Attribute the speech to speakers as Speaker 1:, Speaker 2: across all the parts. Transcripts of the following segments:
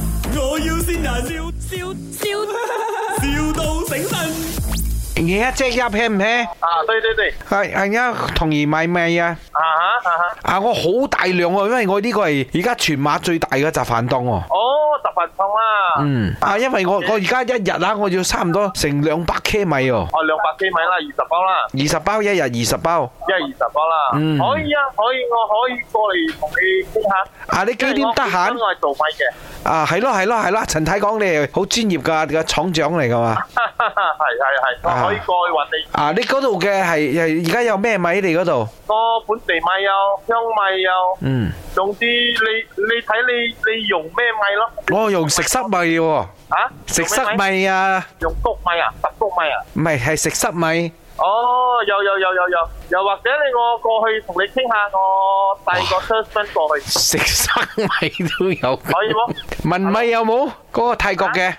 Speaker 1: 要先人，笑笑笑，,笑到醒神。
Speaker 2: 你一隻入去唔去？
Speaker 3: 啊，对對對，
Speaker 2: 係係啊，同意買咪啊！
Speaker 3: 啊哈啊哈，
Speaker 2: 啊，我好大量啊，因為我呢個係而家全馬最大嘅雜飯檔喎。
Speaker 3: 哦，十份餸啦，
Speaker 2: 嗯，啊，因為我我而家一日啊，我要差唔多成兩百 K 米喎，
Speaker 3: 哦，兩百幾米啦，二十包啦，
Speaker 2: 二十包一日，二十包。
Speaker 3: 一係二十包啦，
Speaker 2: 嗯
Speaker 3: 可以啊，可以，我可以過嚟同你傾下。
Speaker 2: 啊，你幾點得
Speaker 3: 因為我本身
Speaker 2: 閒？
Speaker 3: 我係做米嘅，
Speaker 2: 啊，係咯係咯係啦，陳太講你係好專業㗎，個廠長嚟㗎嘛。
Speaker 3: 係係係，
Speaker 2: 啊
Speaker 3: 我可以過去揾你。
Speaker 2: 啊，你嗰度嘅係係而家有咩米？你嗰度？
Speaker 3: 我本地米有，香米有，
Speaker 2: 嗯，
Speaker 3: 總之你你睇你你用咩米咯？
Speaker 2: 我用食濕米喎，
Speaker 3: 啊，
Speaker 2: 食濕
Speaker 3: 用咩米，
Speaker 2: 米啊，
Speaker 3: 用谷米啊，十谷米啊。
Speaker 2: 唔係係食濕米。
Speaker 3: 哦，有有有有有，又或者你我過去同你傾下，我帶個 person 過去，
Speaker 2: 食生米都有，
Speaker 3: 可以冇？
Speaker 2: 文米有冇？嗰、個泰國嘅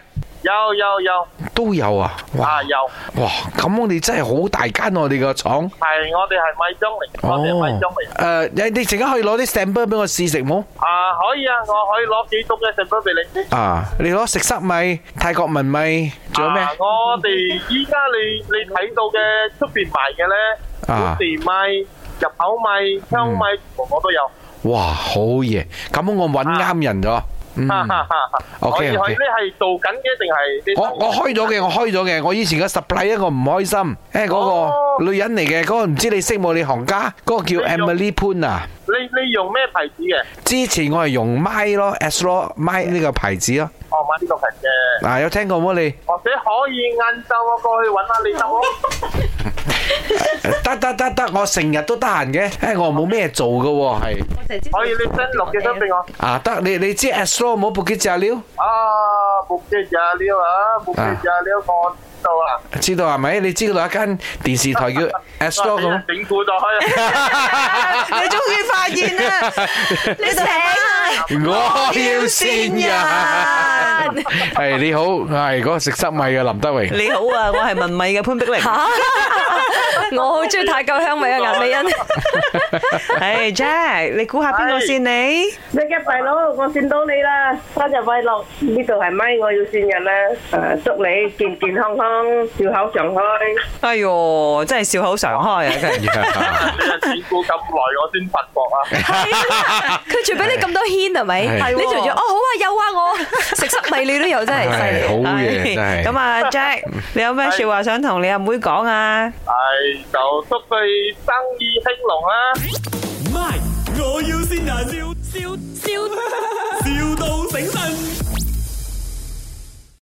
Speaker 3: 有有有，
Speaker 2: 都有啊！哇
Speaker 3: 啊有，
Speaker 2: 哇，咁我哋真係好大間我哋個廠。哦
Speaker 3: 係我哋係米中嚟，我哋米中
Speaker 2: 誒，
Speaker 3: 嚟。
Speaker 2: 你你陣間可以攞啲 sample 俾我試食冇？
Speaker 3: 啊，可以啊，我可以攞幾種嘅食品俾你。
Speaker 2: 啊，你攞食塞米、泰國文米，仲有咩
Speaker 3: 啊？我哋依家你你睇到嘅出邊賣嘅咧，
Speaker 2: 啊
Speaker 3: 本地米、入口米、香
Speaker 2: Ừ.
Speaker 3: 米，全部我都有。
Speaker 2: 哇，好嘢！咁我揾啱人咗。嗯，
Speaker 3: 哈哈哈！
Speaker 2: Ừ. OK，
Speaker 3: 可以
Speaker 2: OK
Speaker 3: 可以，你係做緊嘅定係？
Speaker 2: 我我開咗嘅，我開咗嘅。我以前嘅 supply 一個唔開心，誒嗰
Speaker 3: 哦
Speaker 2: 個女人嚟嘅，嗰個唔知你識冇？你行家嗰個叫
Speaker 3: 你用
Speaker 2: Emily Pan 啊。
Speaker 3: 你你用咩牌子嘅？
Speaker 2: 之前我係用 My 咯，S 咯，My 呢個牌子咯。
Speaker 3: 我買呢個牌子嘅。
Speaker 2: 嗱、有聽過冇你？
Speaker 3: 或者可以晏晝我過去揾下你得咯。
Speaker 2: 得得得得，我成日都得閒嘅，誒我冇咩做嘅喎，係
Speaker 3: 可以你 send 六嘅張俾我。
Speaker 2: 啊得你你知 S 咯，冇部機炸料，
Speaker 3: 啊，冇記住啊料啊，冇記住啊料，我知道啊。
Speaker 2: 知道係咪？你知道有一間電視台叫 S 咯
Speaker 3: 俾人
Speaker 2: 咁，
Speaker 3: 哎整蠱咗開。
Speaker 4: 你終於發現啦，你醒啦！
Speaker 2: 我要先人。係你好，我係嗰個食濕米嘅林德榮。
Speaker 4: 你好啊，我係文米嘅潘碧玲。
Speaker 5: 我好中意泰國香味啊，顏美欣。
Speaker 4: 唉，Jack，你估下邊個先你？
Speaker 6: 一一大佬，我見到你啦，生日快樂！呢度係咪我要線人啦？誒，祝你健健康康，笑口常開。
Speaker 4: 哎呦，真係笑口常開啊！真係
Speaker 3: 俾人啊整蠱咁耐，我先發覺 啊。
Speaker 5: 佢仲俾你咁多牽係咪？
Speaker 2: 係
Speaker 5: 你仲要哦好啊有啊我食塞米你都有真係犀
Speaker 2: 係
Speaker 5: 利。
Speaker 2: 好嘢，
Speaker 4: 係
Speaker 2: 真係。
Speaker 4: 咁啊，Jack，你有咩説話想同你阿妹講啊？
Speaker 3: 係就祝佢生意興隆啦。啊
Speaker 1: My，我要先人，笑笑笑，,